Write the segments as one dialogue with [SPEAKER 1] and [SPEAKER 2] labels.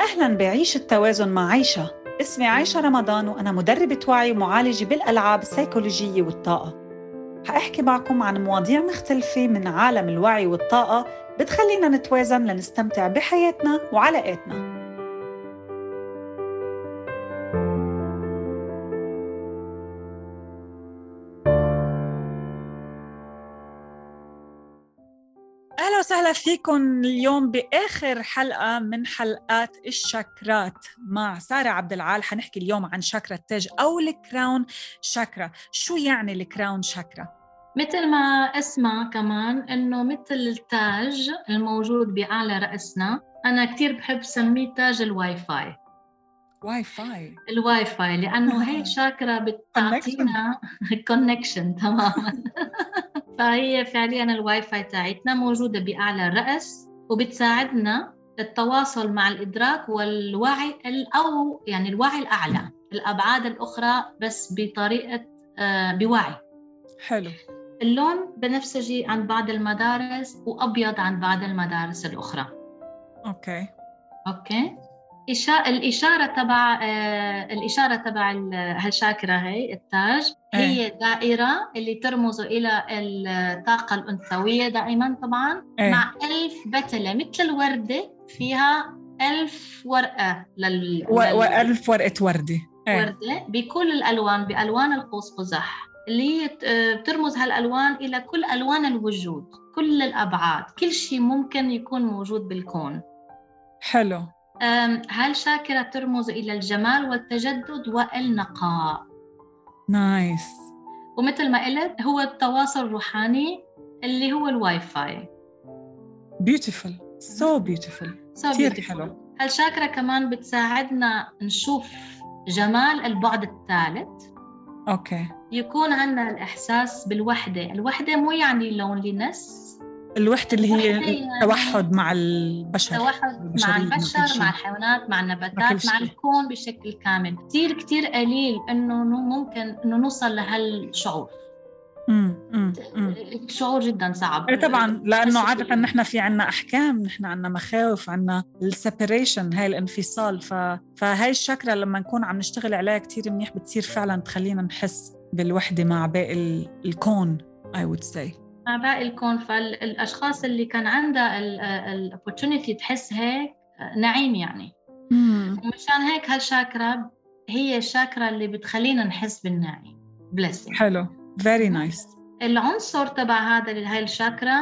[SPEAKER 1] أهلا بعيش التوازن مع عايشة اسمي عايشة رمضان وأنا مدربة وعي ومعالجة بالألعاب السيكولوجية والطاقة حأحكي معكم عن مواضيع مختلفة من عالم الوعي والطاقة بتخلينا نتوازن لنستمتع بحياتنا وعلاقاتنا اهلا وسهلا فيكم اليوم باخر حلقه من حلقات الشاكرات مع ساره عبد العال حنحكي اليوم عن شاكرا التاج او الكراون شاكرا شو يعني الكراون شاكرا
[SPEAKER 2] مثل ما اسمع كمان انه مثل التاج الموجود باعلى راسنا انا كثير بحب سميه تاج الواي فاي
[SPEAKER 1] واي فاي
[SPEAKER 2] الواي فاي لانه هي شاكرا بتعطينا كونكشن تماما فهي فعليا الواي فاي تاعتنا موجوده باعلى الراس وبتساعدنا التواصل مع الادراك والوعي ال- او يعني الوعي الاعلى الابعاد الاخرى بس بطريقه آه، بوعي
[SPEAKER 1] حلو
[SPEAKER 2] اللون بنفسجي عند بعض المدارس وابيض عند بعض المدارس الاخرى
[SPEAKER 1] اوكي
[SPEAKER 2] اوكي إشا... الاشاره تبع آه، الاشاره تبع ال- هالشاكره هي التاج
[SPEAKER 1] إيه.
[SPEAKER 2] هي دائره اللي ترمز الى الطاقه الانثويه دائما طبعا
[SPEAKER 1] إيه.
[SPEAKER 2] مع ألف بتله مثل الورده فيها ألف ورقه لل
[SPEAKER 1] و-
[SPEAKER 2] لل-
[SPEAKER 1] وألف ورقة وردة إيه.
[SPEAKER 2] وردة بكل الألوان بألوان القوس قزح اللي هي ت- آه، بترمز هالألوان إلى كل ألوان الوجود كل الأبعاد كل شيء ممكن يكون موجود بالكون
[SPEAKER 1] حلو
[SPEAKER 2] أم، هالشاكرة ترمز إلى الجمال والتجدد والنقاء
[SPEAKER 1] نايس
[SPEAKER 2] ومثل ما قلت هو التواصل الروحاني اللي هو الواي فاي
[SPEAKER 1] بيوتيفul سو بيوتيفul
[SPEAKER 2] نعم. So
[SPEAKER 1] كثير
[SPEAKER 2] beautiful.
[SPEAKER 1] حلو
[SPEAKER 2] هالشاكرة كمان بتساعدنا نشوف جمال البعد الثالث
[SPEAKER 1] اوكي
[SPEAKER 2] يكون عندنا الإحساس بالوحدة الوحدة مو يعني loneliness
[SPEAKER 1] الوحدة اللي
[SPEAKER 2] الوحدة
[SPEAKER 1] هي
[SPEAKER 2] يعني-
[SPEAKER 1] التوحد مع البشر
[SPEAKER 2] توحد
[SPEAKER 1] البشرية،
[SPEAKER 2] مع
[SPEAKER 1] مع
[SPEAKER 2] البشر
[SPEAKER 1] كل
[SPEAKER 2] مع
[SPEAKER 1] شيء.
[SPEAKER 2] الحيوانات
[SPEAKER 1] مع
[SPEAKER 2] مع
[SPEAKER 1] كل
[SPEAKER 2] النباتات
[SPEAKER 1] شيء.
[SPEAKER 2] مع الكون بشكل كامل كثير كثير قليل انه نو- ممكن انه نوصل لهالشعور
[SPEAKER 1] امم امم أمم.
[SPEAKER 2] شعور جدا صعب
[SPEAKER 1] إيه طبعا لانه
[SPEAKER 2] بس-
[SPEAKER 1] عاده نحن في عنا احكام نحن عنا مخاوف عنا السبريشن هاي الانفصال ف... فهاي الشكرة لما نكون عم نشتغل عليها كتير منيح بتصير فعلا تخلينا نحس بالوحده مع باقي ال... الكون I would say
[SPEAKER 2] مع باقي الكون فالاشخاص اللي كان عندها الاوبورتونيتي تحس هيك نعيم يعني
[SPEAKER 1] امم
[SPEAKER 2] ومشان هيك هالشاكرا هي الشاكرا اللي بتخلينا نحس بالنعيم blessing
[SPEAKER 1] حلو very nice
[SPEAKER 2] العنصر تبع هذا هاي الشاكرا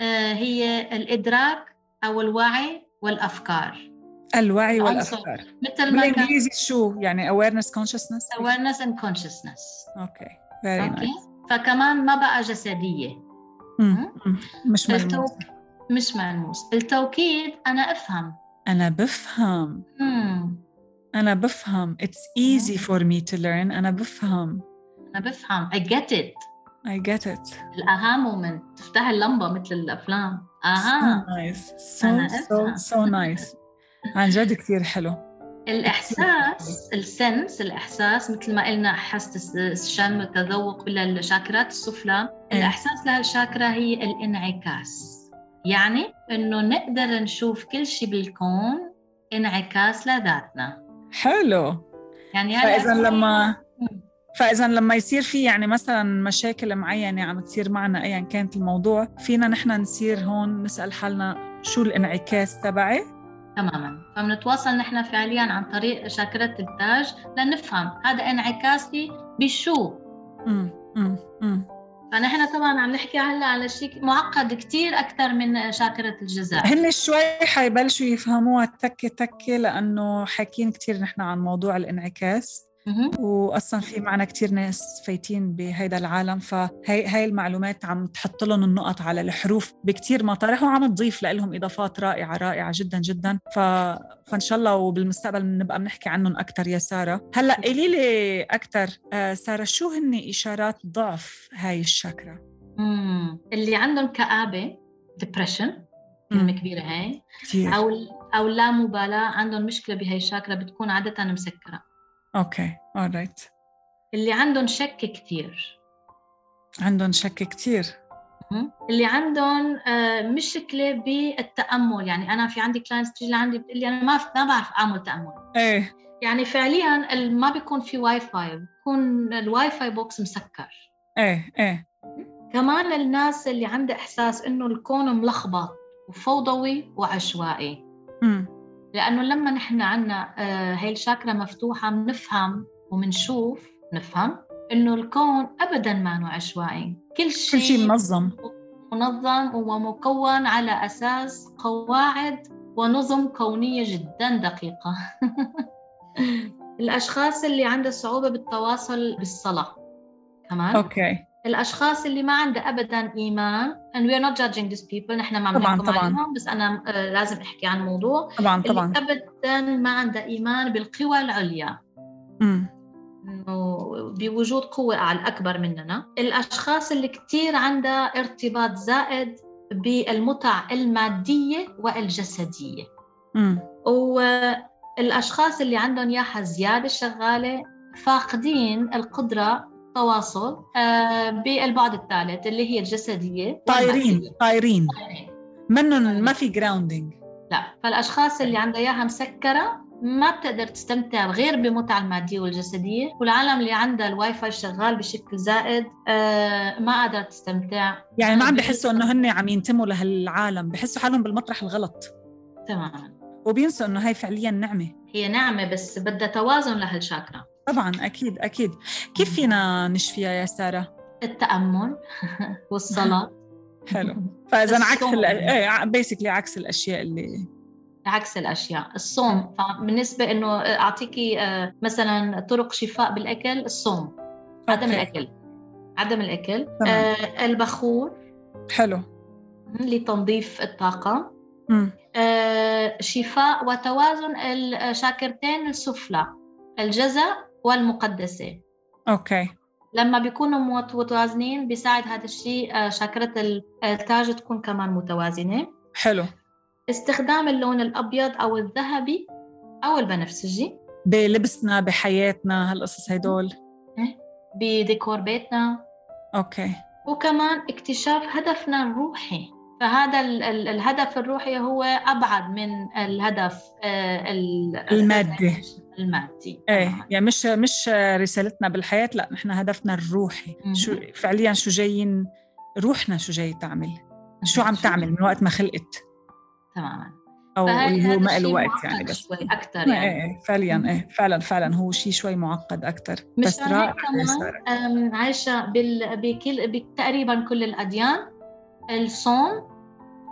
[SPEAKER 2] آه، هي الادراك او الوعي والافكار
[SPEAKER 1] الوعي
[SPEAKER 2] العنصر.
[SPEAKER 1] والافكار
[SPEAKER 2] مثل ما كان
[SPEAKER 1] بالانجليزي شو يعني awareness consciousness
[SPEAKER 2] awareness and consciousness
[SPEAKER 1] اوكي very
[SPEAKER 2] اوكي
[SPEAKER 1] nice
[SPEAKER 2] فكمان ما بقى جسديه أه؟
[SPEAKER 1] مم. مم. مش
[SPEAKER 2] طيب،
[SPEAKER 1] ملموس
[SPEAKER 2] التوك مش ملموس التوكيد Hmm، انا افهم
[SPEAKER 1] انا بفهم
[SPEAKER 2] مم.
[SPEAKER 1] انا بفهم it's easy for me to learn انا بفهم
[SPEAKER 2] انا بفهم I get it
[SPEAKER 1] I get it
[SPEAKER 2] الاها مومنت تفتح اللمبه مثل الافلام
[SPEAKER 1] so
[SPEAKER 2] اها
[SPEAKER 1] nice
[SPEAKER 2] أنا
[SPEAKER 1] so so
[SPEAKER 2] أفهم.
[SPEAKER 1] so nice عن جد كثير حلو
[SPEAKER 2] الاحساس السنس الاحساس مثل ما قلنا حاسه الشم التذوق الى الشاكرات السفلى
[SPEAKER 1] إيه.
[SPEAKER 2] الاحساس لهالشاكرا هي الانعكاس يعني انه نقدر نشوف كل شيء بالكون انعكاس لذاتنا
[SPEAKER 1] حلو
[SPEAKER 2] يعني هلا
[SPEAKER 1] فاذا لما
[SPEAKER 2] مم.
[SPEAKER 1] فاذا لما يصير في يعني مثلا مشاكل معينه عم تصير معنا ايا كانت الموضوع فينا نحن نصير هون نسال حالنا شو الانعكاس تبعي
[SPEAKER 2] تماما فبنتواصل نحن فعليا عن طريق شاكرة التاج لنفهم هذا انعكاسي بشو
[SPEAKER 1] امم امم امم
[SPEAKER 2] فنحن طبعا عم نحكي هلا على شيء معقد كتير اكثر من شاكرة الجزاء
[SPEAKER 1] هن شوي حيبلشوا يفهموها تكة تكة لأنه حاكين كتير نحن عن موضوع الانعكاس
[SPEAKER 2] مهم.
[SPEAKER 1] وأصلا في معنا كتير ناس فايتين بهيدا العالم فهي هاي المعلومات عم تحط لهم النقط على الحروف بكتير مطارح وعم تضيف لهم إضافات رائعة رائعة جدا جدا ف... فإن شاء الله وبالمستقبل بنبقى بنحكي عنهم أكتر يا سارة هلأ قولي لي أكتر آه سارة شو هن إشارات ضعف هاي الشاكرا
[SPEAKER 2] مم. اللي عندهم كآبة depression كلمة كبيرة هاي
[SPEAKER 1] كتير
[SPEAKER 2] أو أو لا مبالاة عندهم مشكلة بهاي الشاكرة بتكون عادة مسكرة
[SPEAKER 1] أوكي alright
[SPEAKER 2] اللي عندهم شك كتير
[SPEAKER 1] عندهم شك كتير
[SPEAKER 2] اللي عندهم آه، مشكله بالتامل يعني انا في عندي كلاينتس بتيجي لعندي بتقول لي انا ما ما بعرف اعمل تامل
[SPEAKER 1] ايه
[SPEAKER 2] يعني فعليا ال- ما بيكون في واي فاي بيكون الواي فاي بوكس مسكر
[SPEAKER 1] ايه ايه
[SPEAKER 2] كمان الناس اللي عندها احساس انه الكون ملخبط وفوضوي وعشوائي
[SPEAKER 1] امم
[SPEAKER 2] لانه لما نحن عنا آه، هاي الشاكرا مفتوحه بنفهم وبنشوف نفهم انه الكون ابدا ما نوع عشوائي كل شيء
[SPEAKER 1] كل شيء منظم
[SPEAKER 2] منظم ومكون على اساس قواعد ونظم كونيه جدا دقيقه الاشخاص اللي عندها صعوبه بالتواصل بالصلاه كمان
[SPEAKER 1] اوكي
[SPEAKER 2] الاشخاص اللي ما عندها ابدا ايمان and we are not judging these people نحن ما عم
[SPEAKER 1] طبعاً،
[SPEAKER 2] نحكم
[SPEAKER 1] طبعاً.
[SPEAKER 2] عليهم بس انا آه، لازم احكي عن الموضوع
[SPEAKER 1] طبعا طبعا
[SPEAKER 2] اللي ابدا ما عندها ايمان بالقوى العليا
[SPEAKER 1] امم
[SPEAKER 2] انه بوجود قوة أعلى أكبر مننا الأشخاص اللي كتير عندها ارتباط زائد بالمتع المادية والجسدية
[SPEAKER 1] امم
[SPEAKER 2] والأشخاص اللي عندهم ياها زيادة شغالة فاقدين القدرة تواصل آه، بالبعد الثالث اللي هي الجسدية يعني
[SPEAKER 1] طايرين
[SPEAKER 2] والمادية.
[SPEAKER 1] طايرين
[SPEAKER 2] طايرين
[SPEAKER 1] منن ما في جراوندينج
[SPEAKER 2] لا فالاشخاص
[SPEAKER 1] طيب.
[SPEAKER 2] اللي عندها اياها مسكره ما بتقدر تستمتع غير بالمتعه الماديه والجسديه والعالم اللي عندها الواي فاي شغال بشكل زائد آه، ما قادره تستمتع
[SPEAKER 1] يعني ما عم بحسوا انه هن عم ينتموا لهالعالم بحسوا حالهم بالمطرح الغلط
[SPEAKER 2] تماما
[SPEAKER 1] وبينسوا انه هاي فعليا نعمه
[SPEAKER 2] هي نعمه بس بدها توازن لهالشاكرا
[SPEAKER 1] طبعا اكيد اكيد كيف فينا نشفيها يا ساره
[SPEAKER 2] التامل والصلاه
[SPEAKER 1] حلو فاذا عكس
[SPEAKER 2] الصوم.
[SPEAKER 1] بيسكلي عكس الاشياء اللي
[SPEAKER 2] عكس الاشياء الصوم فبالنسبه انه اعطيكي آه، مثلا طرق شفاء بالاكل الصوم عدم
[SPEAKER 1] أوكي.
[SPEAKER 2] الاكل عدم الاكل
[SPEAKER 1] تمام.
[SPEAKER 2] آه، البخور
[SPEAKER 1] حلو
[SPEAKER 2] لتنظيف الطاقه
[SPEAKER 1] امم
[SPEAKER 2] آه، شفاء وتوازن الشاكرتين السفلى الجزاء والمقدسة
[SPEAKER 1] اوكي
[SPEAKER 2] لما بيكونوا مت- متوازنين بيساعد هذا الشيء آه، شاكرة ال- التاج تكون كمان متوازنة
[SPEAKER 1] حلو
[SPEAKER 2] استخدام اللون الأبيض أو الذهبي أو البنفسجي
[SPEAKER 1] بلبسنا بحياتنا هالقصص هدول
[SPEAKER 2] بديكور بيتنا
[SPEAKER 1] اوكي
[SPEAKER 2] وكمان اكتشاف هدفنا الروحي فهذا ال- ال- الهدف الروحي هو أبعد من الهدف آه، ال-
[SPEAKER 1] المادي.
[SPEAKER 2] المادي
[SPEAKER 1] ايه يعني مش مش رسالتنا بالحياه لا نحن هدفنا الروحي
[SPEAKER 2] مهم.
[SPEAKER 1] شو فعليا شو جايين روحنا شو جاي تعمل شو عم تعمل من وقت ما خلقت
[SPEAKER 2] تماما
[SPEAKER 1] او
[SPEAKER 2] فهي-
[SPEAKER 1] اللي هو
[SPEAKER 2] هذا
[SPEAKER 1] ما
[SPEAKER 2] الشيء
[SPEAKER 1] له وقت
[SPEAKER 2] معقد
[SPEAKER 1] يعني بس
[SPEAKER 2] شوي اكثر
[SPEAKER 1] إيه،
[SPEAKER 2] يعني
[SPEAKER 1] إيه، فعليا ايه فعلا فعلا هو شيء شوي معقد اكثر بس
[SPEAKER 2] مشان هيك
[SPEAKER 1] رائع إيه، يا
[SPEAKER 2] كمان
[SPEAKER 1] سارة.
[SPEAKER 2] أم، عايشه بال... بكل بك- تقريبا كل الاديان الصوم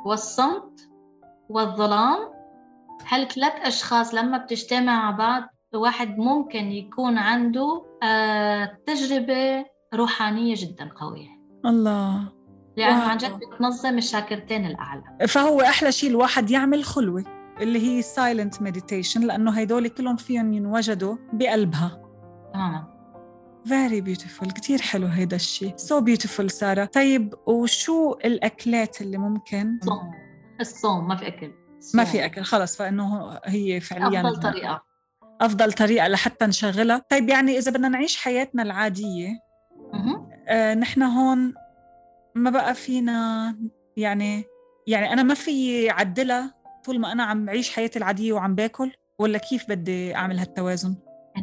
[SPEAKER 2] والصمت والظلام هالثلاث اشخاص لما بتجتمع مع بعض الواحد ممكن يكون عنده آه، تجربه روحانيه جدا قويه
[SPEAKER 1] الله
[SPEAKER 2] لانه
[SPEAKER 1] واو.
[SPEAKER 2] عن جد بتنظم الشاكرتين الاعلى
[SPEAKER 1] فهو احلى شيء الواحد يعمل خلوه اللي هي السايلنت مديتيشن لانه هدول كلهم فيهم ينوجدوا بقلبها
[SPEAKER 2] تماما
[SPEAKER 1] فيري بيوتيفول كتير حلو هيدا الشيء سو بيوتيفول سارة طيب وشو الأكلات اللي ممكن
[SPEAKER 2] صوم الصوم ما في اكل
[SPEAKER 1] ما
[SPEAKER 2] الصوم.
[SPEAKER 1] في أكل خلص فإنه هي فعليا
[SPEAKER 2] افضل طريقه
[SPEAKER 1] أفضل طريقة لحتى نشغلها طيب يعني إذا بدنا نعيش حياتنا العادية
[SPEAKER 2] مهم.
[SPEAKER 1] آه نحن هون ما بقى فينا يعني يعني أنا ما في عدلها طول ما أنا عم بعيش حياتي العادية وعم باكل ولا كيف بدي أعمل هالتوازن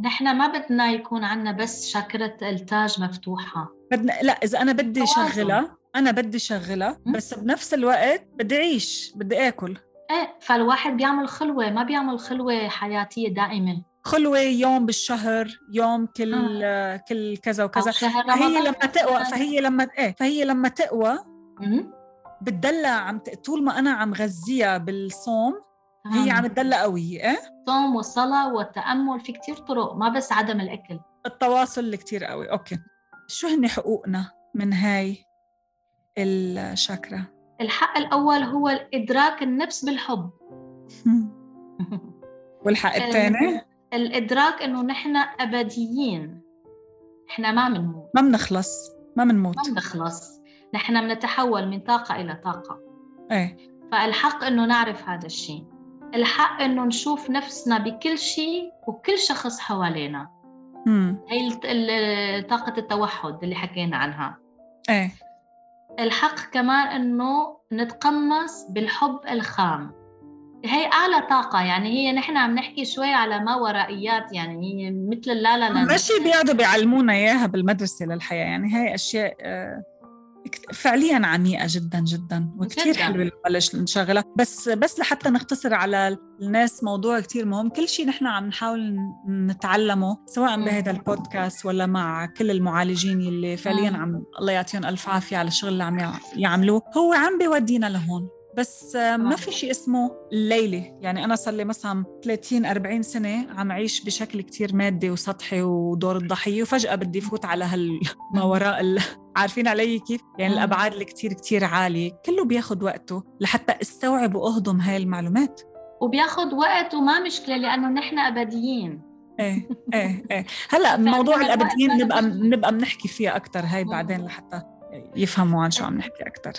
[SPEAKER 2] نحن ما بدنا يكون عندنا بس شاكرة التاج مفتوحة
[SPEAKER 1] بدنا لا اذا انا بدي
[SPEAKER 2] توازن.
[SPEAKER 1] شغلها انا بدي شغلها
[SPEAKER 2] مم.
[SPEAKER 1] بس بنفس الوقت بدي اعيش بدي اكل
[SPEAKER 2] ايه فالواحد بيعمل خلوة ما بيعمل خلوة حياتية دائمة
[SPEAKER 1] خلوه يوم بالشهر يوم كل آه. كل كذا وكذا
[SPEAKER 2] أو شهر
[SPEAKER 1] فهي
[SPEAKER 2] رمضان آه.
[SPEAKER 1] لما تقوى فهي لما ايه فهي لما تقوى
[SPEAKER 2] مم.
[SPEAKER 1] بتدلع عم ت... طول ما انا عم غذيها بالصوم هي
[SPEAKER 2] تمام.
[SPEAKER 1] عم تدلع قوية ايه
[SPEAKER 2] الصوم والصلاة والتأمل في كتير طرق ما بس عدم الأكل
[SPEAKER 1] التواصل اللي كتير قوي اوكي شو هن حقوقنا من هاي الشاكرا
[SPEAKER 2] الحق الأول هو إدراك النفس بالحب
[SPEAKER 1] هم.
[SPEAKER 2] آه.
[SPEAKER 1] والحق الثاني
[SPEAKER 2] الإدراك إنه نحن أبديين نحن ما بنموت
[SPEAKER 1] ما بنخلص ما بنموت
[SPEAKER 2] ما بنخلص نحن بنتحول من طاقة إلى طاقة
[SPEAKER 1] ايه
[SPEAKER 2] فالحق انه نعرف هذا الشيء الحق انه نشوف نفسنا بكل شيء وكل شخص حوالينا
[SPEAKER 1] امم
[SPEAKER 2] هي الت- ال- طاقة التوحد اللي حكينا عنها
[SPEAKER 1] ايه
[SPEAKER 2] الحق كمان انه نتقمص بالحب الخام هي اعلى طاقه يعني هي نحن عم نحكي شوي على ما ورائيات يعني هي مثل اللا لا لاند
[SPEAKER 1] ماشي بيقعدوا بيعلمونا اياها بالمدرسه للحياه يعني هي اشياء آه، كت- فعليا عميقه جدا جدا وكثير
[SPEAKER 2] جداً.
[SPEAKER 1] حلوه نبلش نشغلها بس بس لحتى نختصر على الناس موضوع كثير مهم كل شيء نحن عم نحاول ن- نتعلمه سواء
[SPEAKER 2] مم.
[SPEAKER 1] بهذا البودكاست ولا مع كل المعالجين اللي فعليا
[SPEAKER 2] مم.
[SPEAKER 1] عم الله يعطيهم الف عافيه على الشغل اللي عم يع- يعملوه هو عم بيودينا لهون بس آه، ما
[SPEAKER 2] طبعاً.
[SPEAKER 1] في شيء اسمه ليلة يعني أنا صار لي مثلا 30 40 سنة عم عيش بشكل كتير مادي وسطحي ودور الضحية وفجأة بدي فوت على هال ما وراء ال... عارفين علي كيف؟ يعني
[SPEAKER 2] مم.
[SPEAKER 1] الأبعاد اللي كتير كتير عالية كله بياخد وقته لحتى استوعب وأهضم هاي المعلومات
[SPEAKER 2] وبياخد وقت وما مشكله لانه نحن ابديين
[SPEAKER 1] ايه ايه ايه هلا موضوع
[SPEAKER 2] فعندنا
[SPEAKER 1] الابديين
[SPEAKER 2] الوقت
[SPEAKER 1] نبقى
[SPEAKER 2] ما نمشي.
[SPEAKER 1] نبقى بنحكي فيها اكثر هاي
[SPEAKER 2] مم.
[SPEAKER 1] بعدين لحتى يفهموا عن شو عم نحكي اكثر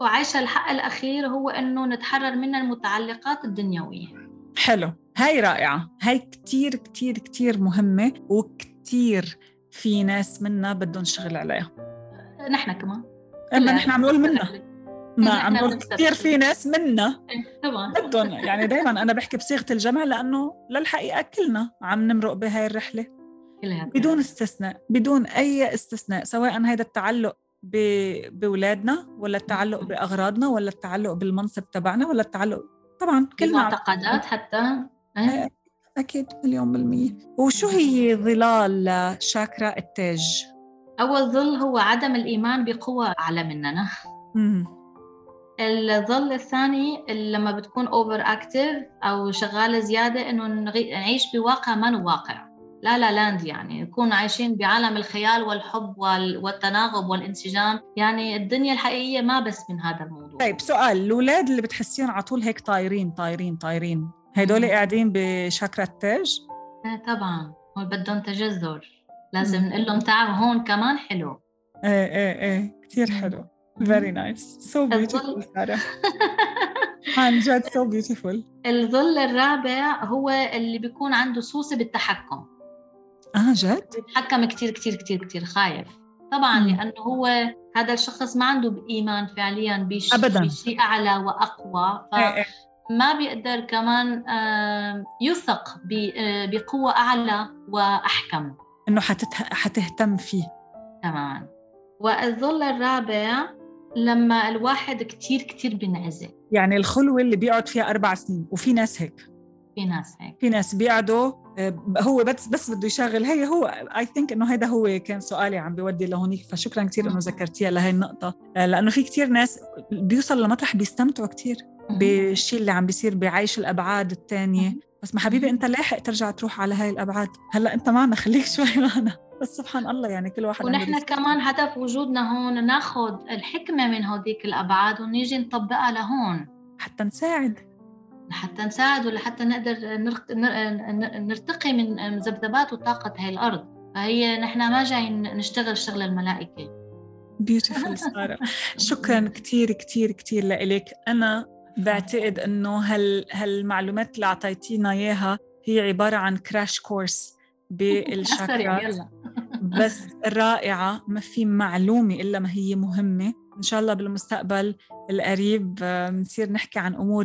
[SPEAKER 2] وعيش الحق الاخير هو انه نتحرر من المتعلقات الدنيويه
[SPEAKER 1] حلو هاي رائعة هاي كتير كتير كتير مهمة وكتير في ناس منا بدهم شغل عليها
[SPEAKER 2] نحن كمان
[SPEAKER 1] اما نحن عم نقول منا ما عم
[SPEAKER 2] نحن
[SPEAKER 1] نقول
[SPEAKER 2] بنستفيد.
[SPEAKER 1] كثير في ناس منا
[SPEAKER 2] طبعا
[SPEAKER 1] بدهم يعني دائما انا بحكي بصيغه الجمع لانه للحقيقه كلنا عم نمرق بهاي الرحله
[SPEAKER 2] كلها
[SPEAKER 1] بدون استثناء بدون اي استثناء سواء هذا التعلق ب- بولادنا ولا التعلق باغراضنا ولا التعلق بالمنصب تبعنا ولا التعلق طبعا كلنا عم
[SPEAKER 2] معتقدات حتى إيه،
[SPEAKER 1] أكيد مليون بالمية وشو هي ظلال شاكرا التاج؟
[SPEAKER 2] اول ظل هو عدم الايمان بقوى اعلى مننا
[SPEAKER 1] مم.
[SPEAKER 2] الظل الثاني اللي لما بتكون اوفر اكتيف او شغاله زياده انه نغي- نعيش بواقع ما هو واقع لا لا لاند يعني نكون عايشين بعالم الخيال والحب وال- والتناغم والانسجام يعني الدنيا الحقيقيه ما بس من هذا الموضوع
[SPEAKER 1] طيب سؤال الأولاد اللي بتحسيهم على طول هيك طايرين طايرين طايرين هدول
[SPEAKER 2] مم.
[SPEAKER 1] قاعدين بشاكرا التاج؟
[SPEAKER 2] آه، طبعا هو بدهم تجذر لازم
[SPEAKER 1] مم.
[SPEAKER 2] نقول لهم تعالوا هون كمان حلو
[SPEAKER 1] ايه ايه ايه كثير حلو فيري نايس سو بيوتيفول سارة عن جد سو بيوتيفول
[SPEAKER 2] الظل الرابع هو اللي بيكون عنده سوسه بالتحكم
[SPEAKER 1] اه جد؟
[SPEAKER 2] بيتحكم كتير كتير كتير كتير خايف طبعا
[SPEAKER 1] مم.
[SPEAKER 2] لانه هو هذا الشخص ما عنده ايمان فعليا بش-
[SPEAKER 1] أبداً.
[SPEAKER 2] بشيء اعلى واقوى
[SPEAKER 1] ايه ايه
[SPEAKER 2] فما بيقدر كمان آه، يثق ب- آه، بقوه اعلى واحكم
[SPEAKER 1] انه حتتها- حتهتم فيه
[SPEAKER 2] تماما والظل الرابع لما الواحد كتير كتير بينعزل
[SPEAKER 1] يعني الخلوة اللي بيقعد فيها أربع سنين وفي ناس هيك
[SPEAKER 2] في ناس هيك
[SPEAKER 1] في ناس بيقعدوا آه، هو بس بس بده يشغل هي هو اي ثينك انه هذا هو كان سؤالي عم بيودي لهونيك فشكرا كثير انه ذكرتيها لهي النقطه آه، لانه في كثير ناس بيوصلوا لمطرح بيستمتعوا كثير بالشيء اللي عم بيصير بعيش الابعاد الثانيه بس ما حبيبي انت لاحق ترجع تروح على هاي الابعاد هلا انت معنا خليك شوي معنا بس سبحان الله يعني كل واحد عنده
[SPEAKER 2] ونحن
[SPEAKER 1] رزق.
[SPEAKER 2] كمان هدف وجودنا هون ناخذ الحكمه من هذيك الابعاد ونيجي نطبقها لهون
[SPEAKER 1] حتى نساعد
[SPEAKER 2] لحتى نساعد ولحتى نقدر نرق- نر- نر- نرتقي من مذبذبات وطاقة هاي الأرض فهي نحن ما جايين نشتغل شغل الملائكة
[SPEAKER 1] بيوتيفول ساره شكرا كثير كثير كثير لإلك أنا بعتقد إنه هال هالمعلومات اللي أعطيتينا إياها هي عبارة عن كراش كورس
[SPEAKER 2] أسرع
[SPEAKER 1] بالشاكرات
[SPEAKER 2] يلا
[SPEAKER 1] بس رائعة ما في معلومة إلا ما هي مهمة إن شاء الله بالمستقبل القريب آه، بنصير نحكي عن أمور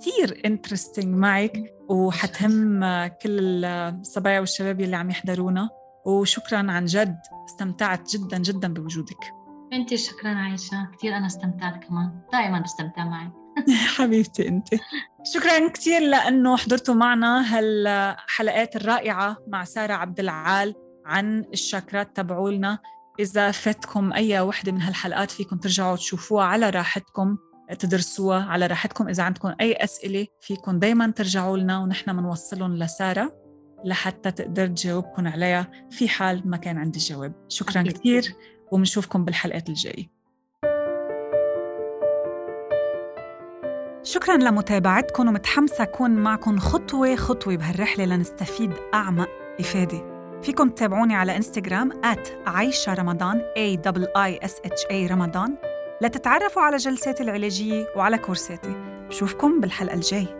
[SPEAKER 1] كثير انترستينج معك وحتهم آه، كل الصبايا والشباب يلي عم يحضرونا وشكرا عن جد استمتعت جدا جدا بوجودك
[SPEAKER 2] أنت شكرا عايشة كثير أنا استمتعت كمان دائما بستمتع معك
[SPEAKER 1] حبيبتي انت شكرا كثير لانه حضرتوا معنا هالحلقات الرائعه مع ساره عبد العال عن الشاكرات تبعولنا اذا فاتكم اي وحده من هالحلقات فيكم ترجعوا تشوفوها على راحتكم تدرسوها على راحتكم اذا عندكم اي اسئله فيكم دائما ترجعوا لنا ونحن بنوصلهم لساره لحتى تقدر تجاوبكم عليها في حال ما كان عندي جواب شكرا
[SPEAKER 2] أكيد.
[SPEAKER 1] كثير وبنشوفكم بالحلقات الجايه شكرا لمتابعتكم ومتحمسة أكون معكم خطوة خطوة بهالرحلة لنستفيد أعمق إفادة فيكم تتابعوني على انستغرام at عايشة رمضان a i s h a رمضان لتتعرفوا على جلساتي العلاجية وعلى كورساتي بشوفكم بالحلقة الجاي